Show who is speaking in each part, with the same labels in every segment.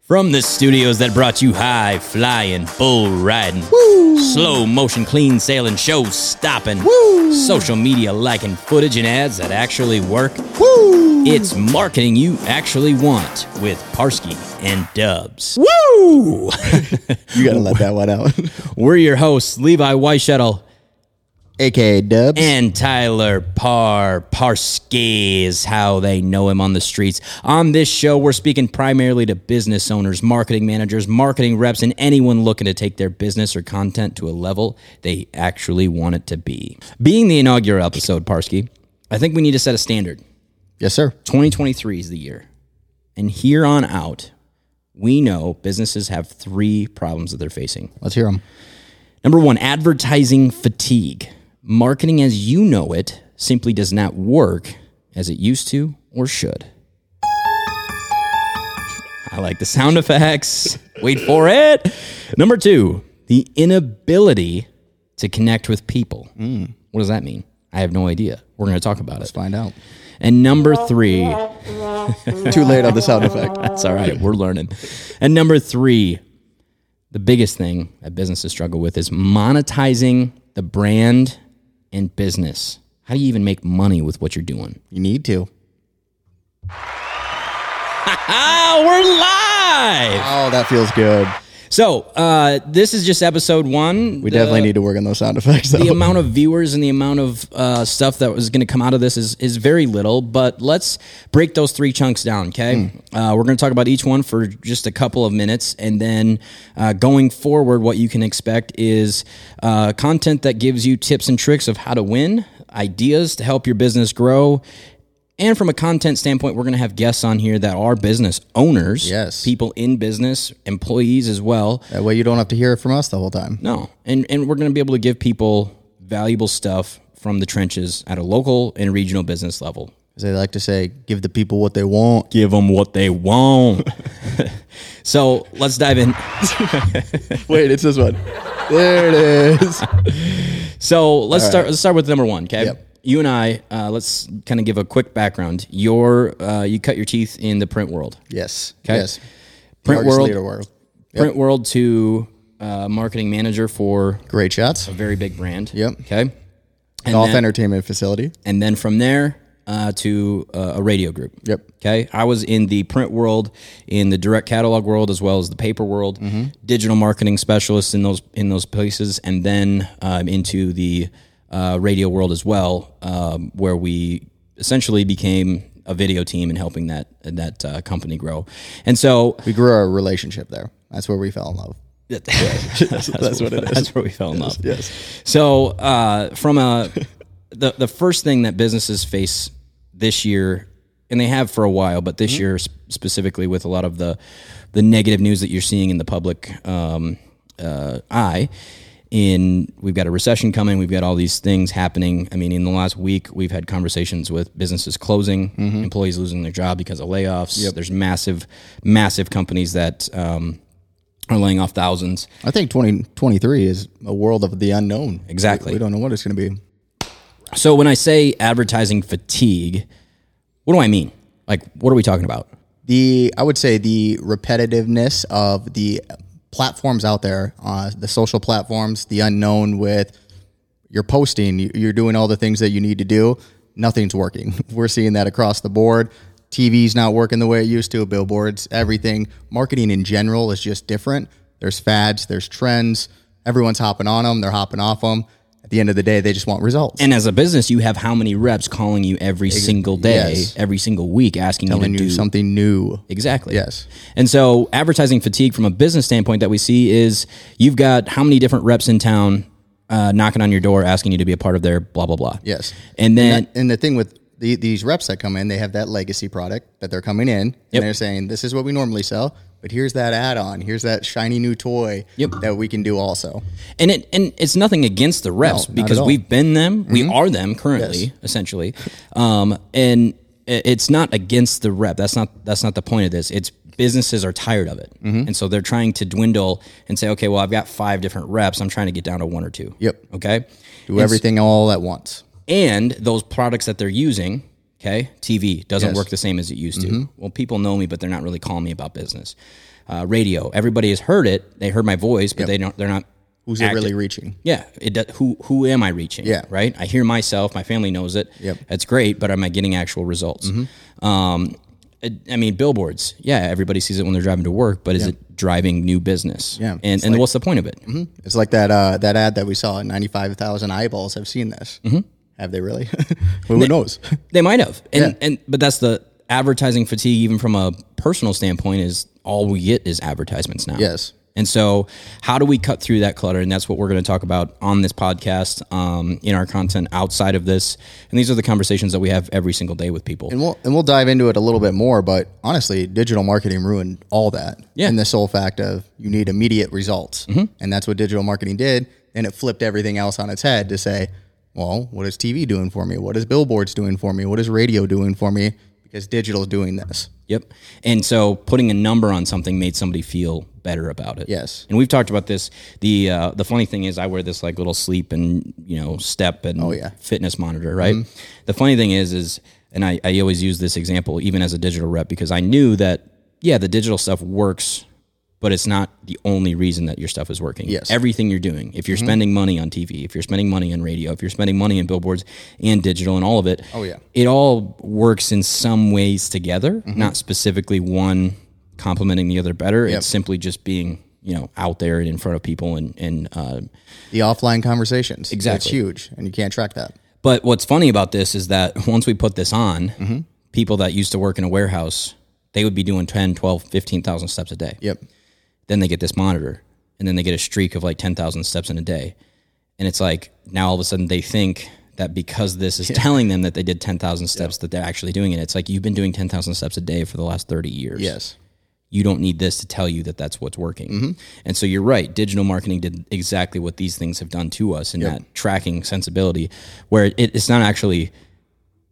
Speaker 1: From the studios that brought you high flying, bull riding, slow motion, clean sailing, show stopping, social media liking footage and ads that actually work, it's marketing you actually want with Parsky and Dubs. Woo!
Speaker 2: You gotta let that one out.
Speaker 1: We're your hosts, Levi Weishuttle
Speaker 2: AKA Dubs.
Speaker 1: and Tyler Parr. Parsky is how they know him on the streets. On this show, we're speaking primarily to business owners, marketing managers, marketing reps, and anyone looking to take their business or content to a level they actually want it to be. Being the inaugural episode, Parsky, I think we need to set a standard.
Speaker 2: yes, sir.
Speaker 1: 2023 is the year. And here on out, we know businesses have three problems that they're facing.
Speaker 2: Let's hear them.
Speaker 1: Number one, advertising fatigue. Marketing as you know it simply does not work as it used to or should. I like the sound effects. Wait for it. Number two, the inability to connect with people. What does that mean? I have no idea. We're going to talk about it.
Speaker 2: Find out.
Speaker 1: And number three,
Speaker 2: Too late on the sound effect.
Speaker 1: That's all right. We're learning. And number three, the biggest thing that businesses struggle with is monetizing the brand and business. How do you even make money with what you're doing?
Speaker 2: You need to.
Speaker 1: Ah, we're live.
Speaker 2: Oh, that feels good.
Speaker 1: So uh, this is just episode one.
Speaker 2: We definitely need to work on those sound effects. Though.
Speaker 1: the amount of viewers and the amount of uh, stuff that was going to come out of this is is very little. But let's break those three chunks down. Okay, uh, we're going to talk about each one for just a couple of minutes, and then uh, going forward, what you can expect is uh, content that gives you tips and tricks of how to win, ideas to help your business grow. And from a content standpoint, we're going to have guests on here that are business owners,
Speaker 2: Yes.
Speaker 1: people in business, employees as well.
Speaker 2: that way you don't have to hear it from us the whole time.
Speaker 1: No, and and we're going to be able to give people valuable stuff from the trenches at a local and regional business level.
Speaker 2: As they like to say, give the people what they want.
Speaker 1: Give them what they want. so let's dive in.
Speaker 2: Wait, it's this one. There it is.
Speaker 1: So let's start. Let's start with number one. Okay.
Speaker 2: Yep.
Speaker 1: You and I, uh, let's kind of give a quick background. Your uh, you cut your teeth in the print world,
Speaker 2: Yes.
Speaker 1: 'Kay.
Speaker 2: Yes.
Speaker 1: Print
Speaker 2: Artist
Speaker 1: world.
Speaker 2: leader world.
Speaker 1: print world to uh, marketing manager for
Speaker 2: Great shots.
Speaker 1: a very big brand.
Speaker 2: Yep.
Speaker 1: Okay. And
Speaker 2: Golf
Speaker 1: then-
Speaker 2: entertainment facility.
Speaker 1: and then from there uh, to uh, a radio group.
Speaker 2: Yep.
Speaker 1: Okay. I was in the print world, in the direct catalog world, as well as the paper world. Digital marketing specialist in those in those places, and then um, into the uh, radio world as well, um, where we essentially became a video team and helping that that uh, company grow. And so
Speaker 2: We grew our relationship there. That's where we fell in love.
Speaker 1: that's,
Speaker 2: what it is.
Speaker 1: That's where we fell in love.
Speaker 2: Yes.
Speaker 1: So, uh, from a the the first thing that businesses face this year, and they have for a while, but
Speaker 2: Mm-hmm.
Speaker 1: this year sp- specifically, with a lot of the the negative news that you're seeing in the public um, uh, eye. In we've got a recession coming, we've got all these things happening. I mean, in the last week, we've had conversations with businesses closing,
Speaker 2: Mm-hmm.
Speaker 1: employees losing their job because of layoffs. There's massive, massive companies that um, are laying off thousands.
Speaker 2: I think 2023 is a world of the unknown.
Speaker 1: Exactly.
Speaker 2: We don't know what it's going to be.
Speaker 1: So when I say advertising fatigue, what do I mean? Like, what are we talking about?
Speaker 2: the I would say the repetitiveness of the platforms out there, uh, the social platforms, the unknown with you're posting, you- you're doing all the things that you need to do, nothing's working. We're seeing that across the board. TV's not working the way it used to, billboards, everything. Marketing in general is just different. There's fads, there's trends. Everyone's hopping on them, they're hopping off them. At the end of the day, they just want results.
Speaker 1: And as a business, you have how many reps calling you every single day,
Speaker 2: yes.
Speaker 1: every single week, asking
Speaker 2: Telling
Speaker 1: you to
Speaker 2: you
Speaker 1: do
Speaker 2: something new.
Speaker 1: Exactly.
Speaker 2: Yes.
Speaker 1: And so, advertising fatigue from a business standpoint that we see is you've got how many different reps in town uh, knocking on your door asking you to be a part of their blah blah blah.
Speaker 2: Yes.
Speaker 1: And then
Speaker 2: and the thing with the, these reps that come in, they have that legacy product that they're coming in
Speaker 1: Yep.
Speaker 2: and they're saying, this is what we normally sell, but here's that add on. Here's that shiny new toy
Speaker 1: Yep.
Speaker 2: that we can do also.
Speaker 1: and it and it's nothing against the reps
Speaker 2: not
Speaker 1: because
Speaker 2: at all. Mm-hmm.
Speaker 1: we've been them we are them currently essentially um, and i- it's not against the rep that's not that's not the point of this it's businesses are tired of it
Speaker 2: Mm-hmm.
Speaker 1: and so they're trying to dwindle and say okay well i've got five different reps i'm trying to get down to one or two
Speaker 2: Yep.
Speaker 1: okay
Speaker 2: Do everything all at once.
Speaker 1: and those products that they're using Okay, TV doesn't
Speaker 2: Yes. Mm-hmm.
Speaker 1: work the same as it used to. Well, people know me, but they're not really calling me about business. Uh, radio, everybody has heard it. They heard my voice, but they don't. They're not.
Speaker 2: Who's it really reaching?
Speaker 1: Yeah, it do, who who am I reaching?
Speaker 2: Yeah.
Speaker 1: right. I hear myself. My family knows it.
Speaker 2: Yep. Mm-hmm.
Speaker 1: that's great. But am I getting actual results? Um, I, I mean, billboards. Yeah, everybody sees it when they're driving to work, but is it driving new business?
Speaker 2: Yeah,
Speaker 1: and
Speaker 2: it's
Speaker 1: and what's the point of it?
Speaker 2: It's like that uh, that ad that we saw. Ninety five thousand eyeballs have seen this. Mm-hmm. Have they really? well, who knows?
Speaker 1: They might have, and and but that's the advertising fatigue. Even from a personal standpoint, is all we get is advertisements now.
Speaker 2: Yes.
Speaker 1: And so, how do we cut through that clutter? And that's what we're going to talk about on this podcast, um, in our content outside of this. And these are the conversations that we have every single day with people.
Speaker 2: and we'll and we'll dive into it a little bit more. But honestly, digital marketing ruined all that.
Speaker 1: Yeah. Mm-hmm.
Speaker 2: In the sole fact of you need immediate results, and that's what digital marketing did, and it flipped everything else on its head to say, well, what is TV doing for me? What is billboards doing for me? What is radio doing for me? Because digital's doing this.
Speaker 1: Yep. And so putting a number on something made somebody feel better about it.
Speaker 2: Yes.
Speaker 1: And we've talked about this. The uh, the funny thing is, I wear this like little sleep and you know step and oh,
Speaker 2: yeah. Mm-hmm.
Speaker 1: fitness monitor, right? The funny thing is, is and I, I always use this example even as a digital rep because I knew that yeah, the digital stuff works, but it's not the only reason that your stuff is working.
Speaker 2: Yes. Mm-hmm.
Speaker 1: Everything you're doing, if you're spending money on TV, if you're spending money on radio, if you're spending money in billboards and digital and all of it,
Speaker 2: Oh, yeah. Mm-hmm.
Speaker 1: it all works in some ways together, not specifically one complementing the other better. It's simply just being you know out there and in front of people and and uh,
Speaker 2: The offline conversations. That's
Speaker 1: Exactly.
Speaker 2: huge, and you can't track that.
Speaker 1: but what's funny about this is that once we put this on,
Speaker 2: Mm-hmm.
Speaker 1: people that used to work in a warehouse, they would be doing 10, 12, 15,000 steps a day.
Speaker 2: Yep.
Speaker 1: Then they get this monitor and then they get a streak of like 10,000 steps in a day. And it's like now all of a sudden they think that because this is telling them that they did 10,000 steps that they're actually doing it. It's like you've been doing 10,000 steps a day for the last 30 years
Speaker 2: Yes. Mm-hmm.
Speaker 1: you don't need this to tell you that that's what's working. And so you're right. Digital marketing did exactly what these things have done to us in that tracking sensibility, where it, it's not actually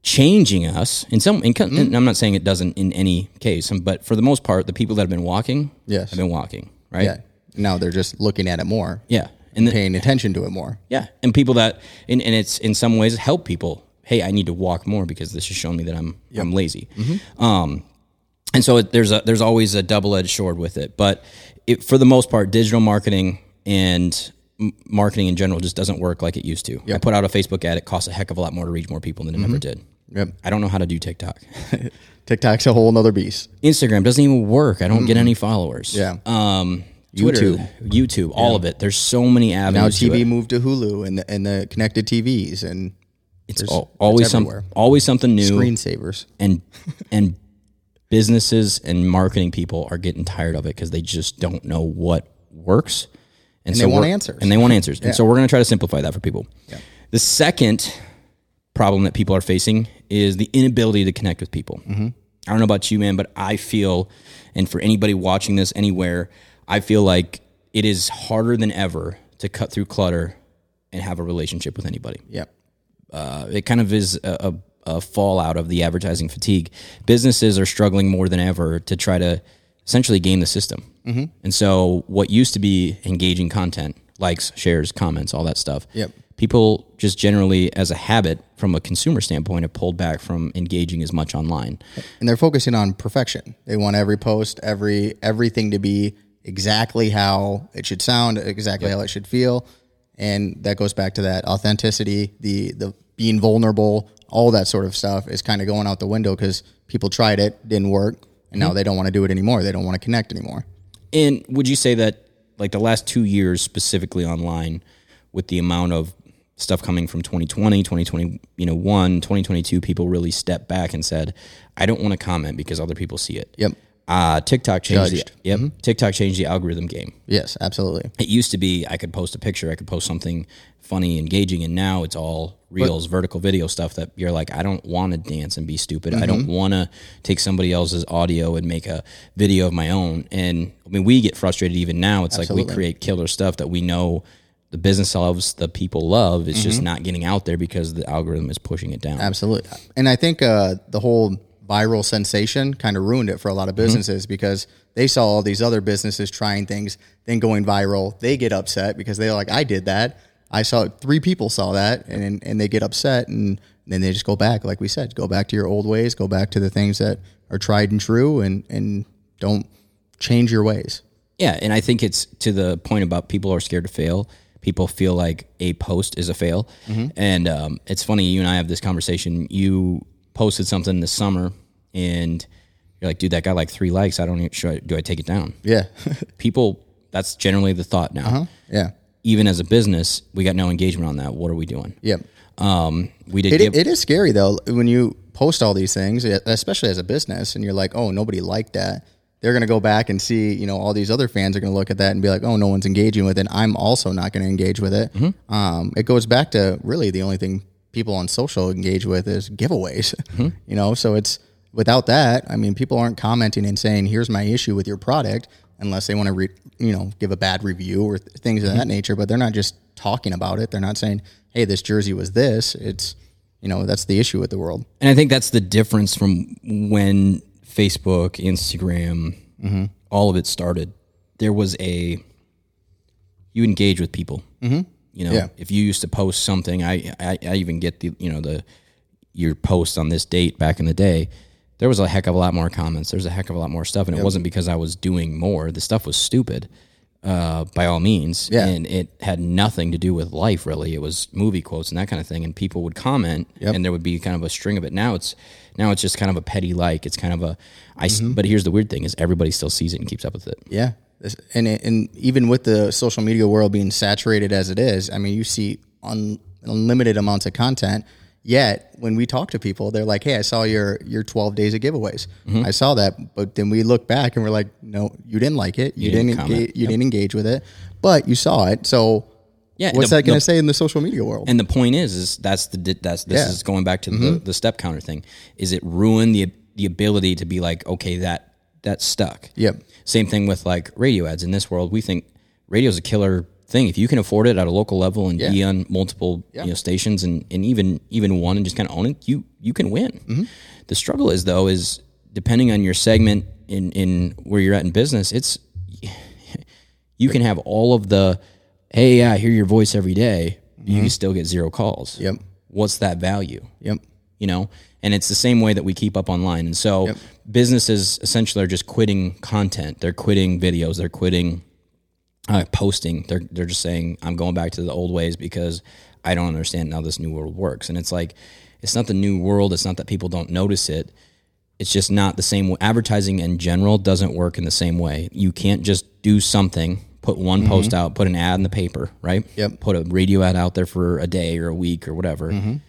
Speaker 1: changing us in some. In, co-
Speaker 2: Mm-hmm.
Speaker 1: and I'm not saying it doesn't in any case, um, but for the most part, the people that have been walking,
Speaker 2: Yes.
Speaker 1: have been walking, right?
Speaker 2: Yeah. Now they're just looking at it more,
Speaker 1: yeah. And the,
Speaker 2: paying attention to it more.
Speaker 1: yeah, and people that and, and it's in some ways help people. Hey, I need to walk more because this has shown me that I'm I'm lazy.
Speaker 2: Mm-hmm.
Speaker 1: Um, and so it, there's a there's always a double edged sword with it, but it, for the most part, digital marketing and m- marketing in general just doesn't work like it used to. I put out a Facebook ad; it costs a heck of a lot more to reach more people than it ever did.
Speaker 2: Mm-hmm. Yep.
Speaker 1: I don't know how to do TikTok.
Speaker 2: TikTok's a whole nother beast.
Speaker 1: Instagram doesn't even work. I don't get any followers.
Speaker 2: Yeah.
Speaker 1: Um, Twitter, YouTube, all of it. There's so many avenues.
Speaker 2: Now
Speaker 1: to it.
Speaker 2: TV moved to Hulu and the, and the connected TVs and
Speaker 1: it's al- always some,
Speaker 2: everywhere.
Speaker 1: always something new.
Speaker 2: screensavers.
Speaker 1: and and businesses and marketing people are getting tired of it because they just don't know what works, and, so
Speaker 2: they want
Speaker 1: we're-
Speaker 2: answers.
Speaker 1: And they want answers, and so we're going to try to simplify that for people. The second problem that people are facing is the inability to connect with people.
Speaker 2: Mm-hmm.
Speaker 1: I don't know about you, man, but I feel, and for anybody watching this anywhere, I feel like it is harder than ever to cut through clutter and have a relationship with anybody
Speaker 2: Yep.
Speaker 1: uh, it kind of is a, a, a fallout of the advertising fatigue. Businesses are struggling more than ever to try to essentially game the system. And so, what used to be engaging content, likes, shares, comments, all that stuff,
Speaker 2: Yep.
Speaker 1: people just generally, as a habit from a consumer standpoint, have pulled back from engaging as much online.
Speaker 2: And they're focusing on perfection. They want every post, every everything to be exactly how it should sound, exactly how it should feel. And that goes back to that authenticity, the the being vulnerable, all that sort of stuff is kind of going out the window because people tried it, didn't work, and
Speaker 1: Mm-hmm.
Speaker 2: now they don't want to do it anymore. They don't want to connect anymore.
Speaker 1: And would you say that, like the last two years specifically online, with the amount of stuff coming from 2020, 2020, you know, one, 2022, people really stepped back and said, "I don't want to comment because other people see it."
Speaker 2: Yep.
Speaker 1: Uh, TikTok changed.
Speaker 2: Judged. Mm-hmm.
Speaker 1: The, yep. TikTok changed the algorithm game.
Speaker 2: Yes, absolutely.
Speaker 1: It used to be I could post a picture, I could post something funny, engaging, and now it's all reels, vertical video stuff that you're like, I don't want to dance and be stupid. I don't want to take somebody else's audio and make a video of my own. And I mean, we get frustrated even now. It's like we create killer stuff that we know the business loves, the people love. It's just not getting out there because the algorithm is pushing it down.
Speaker 2: Absolutely. And I think uh, the whole viral sensation kind of ruined it for a lot of businesses because they saw all these other businesses trying things, then going viral. They get upset because they're like, I did that. I saw three people saw that, and and they get upset, and then they just go back, like we said, go back to your old ways, go back to the things that are tried and true, and and don't change your ways.
Speaker 1: Yeah, and I think it's to the point about people are scared to fail. People feel like a post is a fail, and um, it's funny. You and I have this conversation. You posted something this summer, and you're like, "Dude, that got like three likes. I don't even should I, do I take it down?"
Speaker 2: Yeah,
Speaker 1: People, that's generally the thought now.
Speaker 2: yeah,
Speaker 1: Even as a business, we got no engagement on that. What are we doing?
Speaker 2: yep.
Speaker 1: Um, we did
Speaker 2: It,
Speaker 1: give
Speaker 2: it is scary though when you post all these things, e, especially as a business, and you're like, oh, nobody liked that. They're gonna go back and see, you know, all these other fans are gonna look at that and be like, oh, no one's engaging with it. I'm also not gonna engage with it. Um, it goes back to really the only thing people on social engage with is giveaways. you know, so it's without that, I mean, people aren't commenting and saying, here's my issue with your product, unless they want to, re- you know, give a bad review or th- things of that nature. But they're not just talking about it. They're not saying, hey, this jersey was this. It's you know that's the issue with the world
Speaker 1: And I think that's the difference from when Facebook, Instagram, all of it started. There was a you engage with people. Mm-hmm. You know,
Speaker 2: Yeah.
Speaker 1: if you used to post something, I, I I even get the you know the your post on this date back in the day. There was a heck of a lot more comments. There's a heck of a lot more stuff, and it wasn't because I was doing more. The stuff was stupid, uh, by all means,
Speaker 2: Yeah.
Speaker 1: and it had nothing to do with life really. It was movie quotes and that kind of thing, and people would comment,
Speaker 2: Yep.
Speaker 1: and there would be kind of a string of it. Now it's now it's just kind of a petty like. It's kind of a I. s-
Speaker 2: Mm-hmm.
Speaker 1: But here's the weird thing: is everybody still sees it and keeps up with it.
Speaker 2: yeah This- and it- and even with the social media world being saturated as it is i mean you see un, unlimited amounts of content yet when we talk to people they're like hey i saw your your 12 days of giveaways
Speaker 1: Mm-hmm.
Speaker 2: i saw that but then we look back and we're like no you didn't like it you,
Speaker 1: didn't
Speaker 2: didn't,
Speaker 1: comment.
Speaker 2: engage, you didn't engage with it but you saw it so
Speaker 1: Yeah, and
Speaker 2: what's
Speaker 1: the-
Speaker 2: that going
Speaker 1: the-
Speaker 2: to say in the social media world
Speaker 1: And the point is, is that's the di- that's this
Speaker 2: Yeah. Mm-hmm.
Speaker 1: is going back to the, the step counter thing. Is it ruined the the ability to be like, okay, that that stuck.
Speaker 2: Yep.
Speaker 1: Same thing with like radio ads in this world. We think radio's a killer thing if you can afford it at a local level and be on multiple you know stations and, and even even one and just kind of own it. You you can win. The struggle is though is depending on your segment in in where you're at in business. It's you can have all of the hey i hear your voice every day, you can still get zero calls
Speaker 2: Yep.
Speaker 1: what's that value
Speaker 2: yep
Speaker 1: you know and it's the same way that we keep up online and so businesses essentially are just quitting content they're quitting videos they're quitting uh, posting they're, they're just saying i'm going back to the old ways because i don't understand how this new world works and it's like it's not the new world it's not that people don't notice it it's just not the same way. Advertising in general doesn't work in the same way. You can't just do something, put one post out, put an ad in the paper, right?
Speaker 2: Yep.
Speaker 1: Put a radio ad out there for a day or a week or whatever, and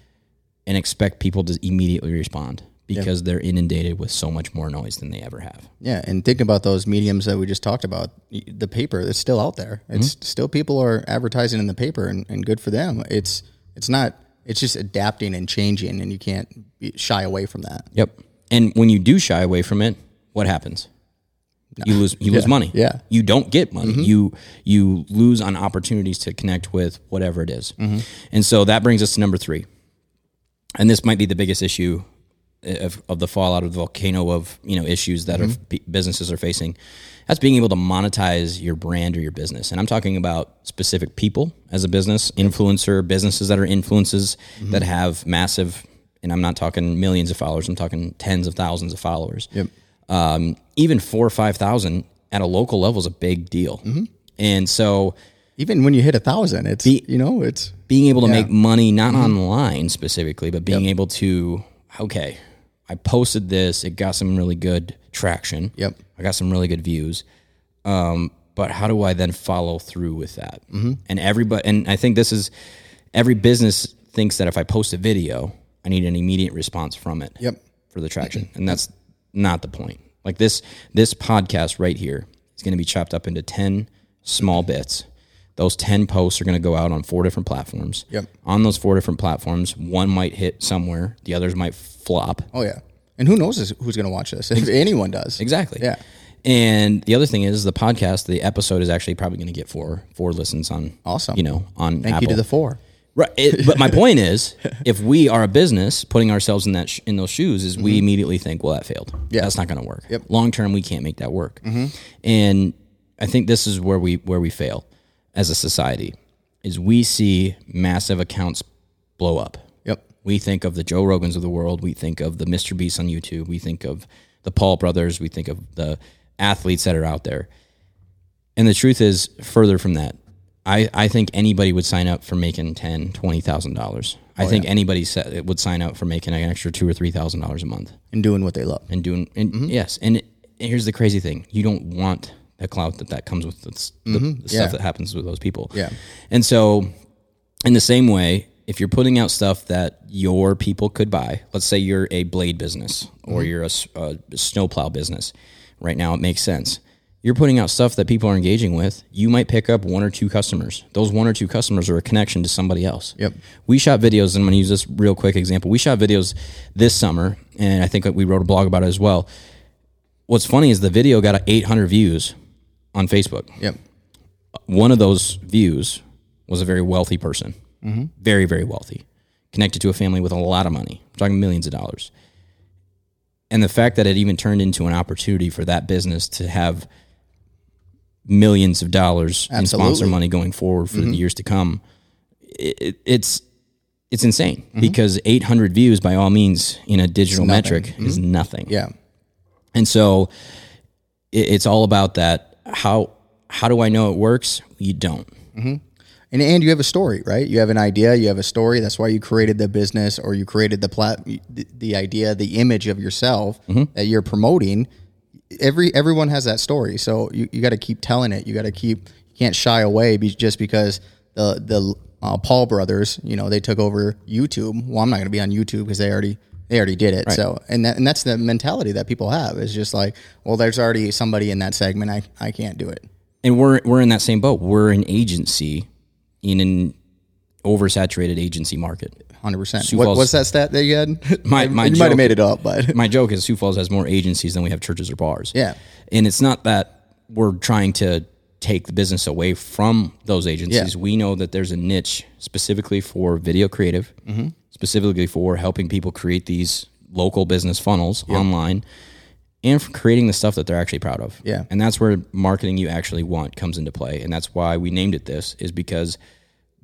Speaker 1: expect people to immediately respond because they're inundated with so much more noise than they ever have.
Speaker 2: Yeah, and think about those mediums that we just talked about. Y- The paper that's still out there. It's still people are advertising in the paper, and, and good for them. It's it's not. It's just adapting and changing, and you can't be- shy away from that.
Speaker 1: Yep. And when you do shy away from it, what happens? You lose you lose money.
Speaker 2: Yeah. Mm-hmm.
Speaker 1: You don't get money. You you lose on opportunities to connect with whatever it is.
Speaker 2: Mm-hmm.
Speaker 1: And so that brings us to number 3. And this might be the biggest issue of, of the fallout of the volcano of, you know, issues that are b- businesses are facing. That's being able to monetize your brand or your business. And I'm talking about specific people as a business, influencer, businesses that are influences that have massive and I'm not talking millions of followers, I'm talking tens of thousands of followers um, even four or five thousand at a local level is a big deal. And so
Speaker 2: Even when you hit a thousand, it's you know it's
Speaker 1: being able to make money not
Speaker 2: Mm-hmm.
Speaker 1: online specifically, but being able to okay, I posted this, it got some really good traction.
Speaker 2: Yep.
Speaker 1: I got some really good views. Um, but how do I then follow through with that? Mm-hmm. And everybody, and I think this is every business thinks that if I post a video, I need an immediate response from it
Speaker 2: Yep.
Speaker 1: for the traction, and that's not the point. Like this, this podcast right here is going to be chopped up into ten small bits. Those ten posts are going to go out on four different platforms.
Speaker 2: Yep.
Speaker 1: On those four different platforms, one might hit somewhere, the others might flop.
Speaker 2: oh yeah. And who knows is- who's going to watch this? If anyone does,
Speaker 1: Exactly.
Speaker 2: Yeah.
Speaker 1: And the other thing is the podcast, the episode is actually probably going to get four four listens on
Speaker 2: Awesome.
Speaker 1: You know, on
Speaker 2: Thank
Speaker 1: Apple.
Speaker 2: you to the four.
Speaker 1: Right, it- but my point is, if we are a business, putting ourselves in that sh- in those shoes is we immediately think, well, that failed.
Speaker 2: Yeah.
Speaker 1: that's not going to work. Long term, we can't make that work. And I think this is where we where we fail as a society is we see massive accounts blow up.
Speaker 2: Yep.
Speaker 1: We think of the Joe Rogans of the world. We think of the Mr. Beast on YouTube. We think of the Paul brothers. We think of the athletes that are out there. And the truth is further from that. I, I think anybody would sign up for making ten, twenty thousand dollars.
Speaker 2: Oh,
Speaker 1: I think anybody sa- would sign up for making an extra two or three thousand dollars a month
Speaker 2: And doing what they love.
Speaker 1: and doing and
Speaker 2: Mm-hmm.
Speaker 1: yes and, it- and here's the crazy thing you don't want the clout that that comes with the, s- the, the stuff
Speaker 2: Mm-hmm. yeah.
Speaker 1: that happens with those people
Speaker 2: Yeah.
Speaker 1: and so in the same way if you're putting out stuff that your people could buy let's say you're a blade business or you're a, s- a snowplow business right now it makes sense you're putting out stuff that people are engaging with you might pick up one or two customers those one or two customers are a connection to somebody else
Speaker 2: Yep.
Speaker 1: we shot videos, and I'm going to use this real quick example. We shot videos this summer, and I think that we wrote a blog about it as well. What's funny is the video got 800 views on Facebook.
Speaker 2: Yep.
Speaker 1: One of those views was a very wealthy person,
Speaker 2: Mm-hmm.
Speaker 1: very, very wealthy, connected to a family with a lot of money. We're talking millions of dollars. And the fact that it even turned into an opportunity for that business to have millions of dollars in sponsor
Speaker 2: Absolutely. Mm-hmm.
Speaker 1: money going forward for the years to come it, it's it's insane
Speaker 2: Mm-hmm.
Speaker 1: because 800 views by all means in a digital metric is nothing.
Speaker 2: Mm-hmm. Yeah.
Speaker 1: And so it, it's all about that. How how do I know it works? You don't.
Speaker 2: And and you have a story, right? You have an idea, you have a story. That's why you created the business or you created the plat the, the idea, the image of yourself that you're promoting. Every everyone has that story. So you, you got to keep telling it. You got to keep you can't shy away be, just because the the uh, Paul brothers, you know, they took over YouTube. Well, I'm not going to be on YouTube because they already they already did it. So and that, and that's the mentality that people have is just like, well, there's already somebody in that segment. I I can't do it.
Speaker 1: And we're we're in that same boat. We're an agency in an oversaturated agency market.
Speaker 2: Hundred percent.
Speaker 1: Falls-
Speaker 2: What, what's that stat that you had?
Speaker 1: My- my
Speaker 2: you might
Speaker 1: joke-
Speaker 2: have made it up, but
Speaker 1: My joke is Sioux Falls has more agencies than we have churches or bars.
Speaker 2: Yeah.
Speaker 1: And it's not that we're trying to take the business away from those agencies. We know that there's a niche specifically for video creative, specifically for helping people create these local business funnels online and for creating the stuff that they're actually proud of.
Speaker 2: Yeah.
Speaker 1: And that's where marketing you actually want comes into play. And that's why we named it this, is because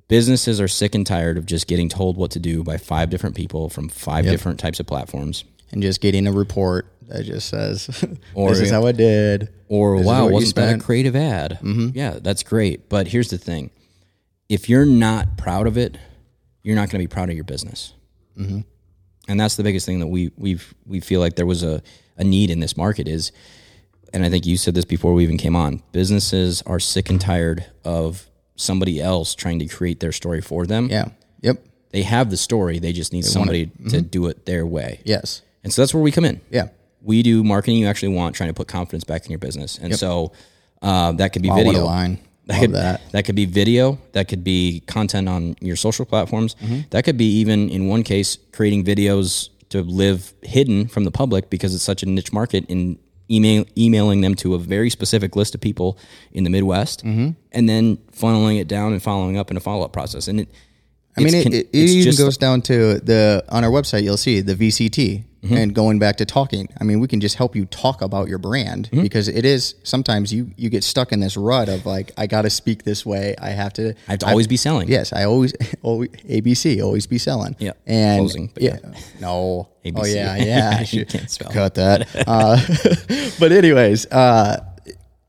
Speaker 1: businesses are sick and tired of just getting told what to do by five different people from five different types of platforms.
Speaker 2: and just getting a report that just says,
Speaker 1: Or-
Speaker 2: "This is how I did."
Speaker 1: or
Speaker 2: is
Speaker 1: wow,
Speaker 2: what you
Speaker 1: wasn't that a
Speaker 2: spent." Mm-hmm.
Speaker 1: creative ad? Yeah, that's great. But here's the thing: if you're not proud of it, you're not going to be proud of your business.
Speaker 2: Mm-hmm.
Speaker 1: And that's the biggest thing that we we've we feel like there was a a need in this market is, and I think you said this before we even came on. Businesses are sick and tired of somebody else trying to create their story for them.
Speaker 2: Yeah. Yep.
Speaker 1: They have the story; they just need somebody to
Speaker 2: Mm-hmm.
Speaker 1: do it their way.
Speaker 2: Yes.
Speaker 1: And so that's where we come in
Speaker 2: Yeah.
Speaker 1: we do marketing you actually want, trying to put confidence back in your business. And so uh, that could be
Speaker 2: Oh, What a
Speaker 1: video.
Speaker 2: line.
Speaker 1: That
Speaker 2: Love
Speaker 1: could,
Speaker 2: that.
Speaker 1: that could be video. That could be content on your social platforms.
Speaker 2: Mm-hmm.
Speaker 1: That could be even in one case creating videos to live hidden from the public because it's such a niche market in email emailing them to a very specific list of people in the Midwest
Speaker 2: Mm-hmm.
Speaker 1: and then funneling it down and following up in a follow up process. And it,
Speaker 2: I mean, it,
Speaker 1: con-
Speaker 2: it, it
Speaker 1: it's
Speaker 2: even
Speaker 1: just-
Speaker 2: goes down to the on our website. You'll see the VCT
Speaker 1: Mm-hmm.
Speaker 2: and going back to talking. I mean, we can just help you talk about your brand
Speaker 1: Mm-hmm.
Speaker 2: because it is sometimes you you get stuck in this rut of like I got to speak this way. I have to.
Speaker 1: I have to always be selling.
Speaker 2: Yes, I always, always ABC, always be selling.
Speaker 1: Yeah,
Speaker 2: and
Speaker 1: closing, but
Speaker 2: yeah, no. Oh
Speaker 1: ABC.
Speaker 2: yeah, yeah.
Speaker 1: You can't spell.
Speaker 2: Cut that. Uh, but anyways, uh,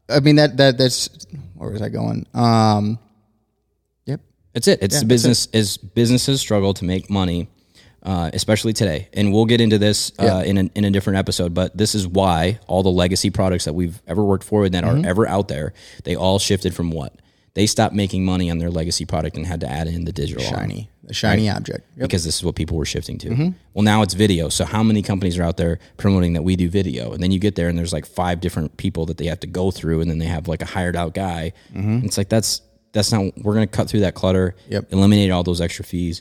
Speaker 2: I mean that that that's where was I going? Um, yep.
Speaker 1: That's it. It's the business as businesses struggle to make money, uh, especially today. And we'll get into this uh, in, a, in a different episode, but this is why all the legacy products that we've ever worked for and that are ever out there, they all shifted from what? They stopped making money on their legacy product and had to add in the digital arm
Speaker 2: Shiny, a shiny object. Yep. Mm-hmm.
Speaker 1: because this is what people were shifting to. Well, now it's video. So how many companies are out there promoting that we do video? And then you get there and there's like five different people that they have to go through, and then they have like a hired out guy. And it's like that's that's not. We're gonna cut through that clutter.
Speaker 2: Mm-hmm. Yep.
Speaker 1: Eliminate all those extra fees.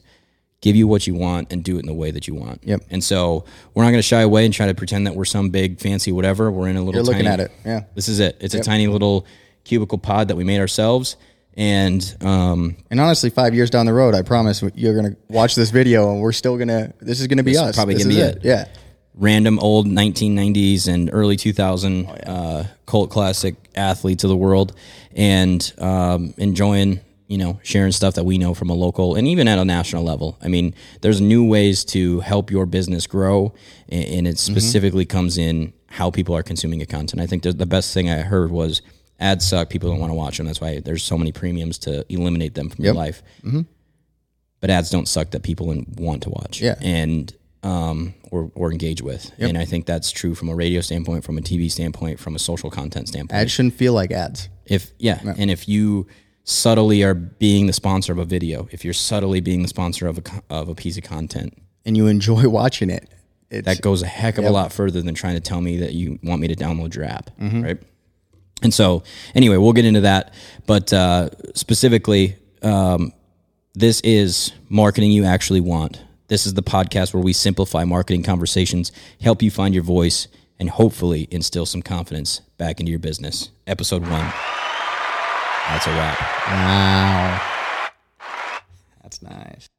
Speaker 1: Give you what you want and do it in the way that you want.
Speaker 2: Yep.
Speaker 1: And so we're not going to shy away and try to pretend that we're some big fancy whatever. We're in a little.
Speaker 2: You're looking
Speaker 1: tiny-
Speaker 2: at it, yeah.
Speaker 1: This is it. It's a tiny little cubicle pod that we made ourselves. And um,
Speaker 2: And honestly, five years down the road, I promise you're gonna watch this video, and we're still gonna. This is gonna be us.
Speaker 1: probably
Speaker 2: This
Speaker 1: gonna
Speaker 2: is
Speaker 1: be it.
Speaker 2: Yeah.
Speaker 1: random old 1990s and early 2000 uh, cult classic athletes of the world and um, enjoying you know, sharing stuff that we know from a local and even at a national level. I mean, there's new ways to help your business grow, and, and it specifically comes in how people are consuming your content. I think the, the best thing I heard was ads suck. People don't want to watch them. That's why there's so many premiums to eliminate them from your life. But ads don't suck that people in- want to watch
Speaker 2: Yeah.
Speaker 1: and um, or, or engage with. And I think that's true from a radio standpoint, from a TV standpoint, from a social content standpoint.
Speaker 2: Ads shouldn't feel like ads.
Speaker 1: If yeah, and if you subtly are being the sponsor of a video, if you're subtly being the sponsor of a co- of a piece of content,
Speaker 2: And you enjoy watching it. It's,
Speaker 1: that goes a heck of a lot further than trying to tell me that you want me to download your app, right? And so, anyway, we'll get into that, but uh, specifically, um, this is marketing you actually want. This is the podcast where we simplify marketing conversations, help you find your voice, and hopefully instill some confidence back into your business. Episode one. That's a wrap.
Speaker 2: wow. That's nice.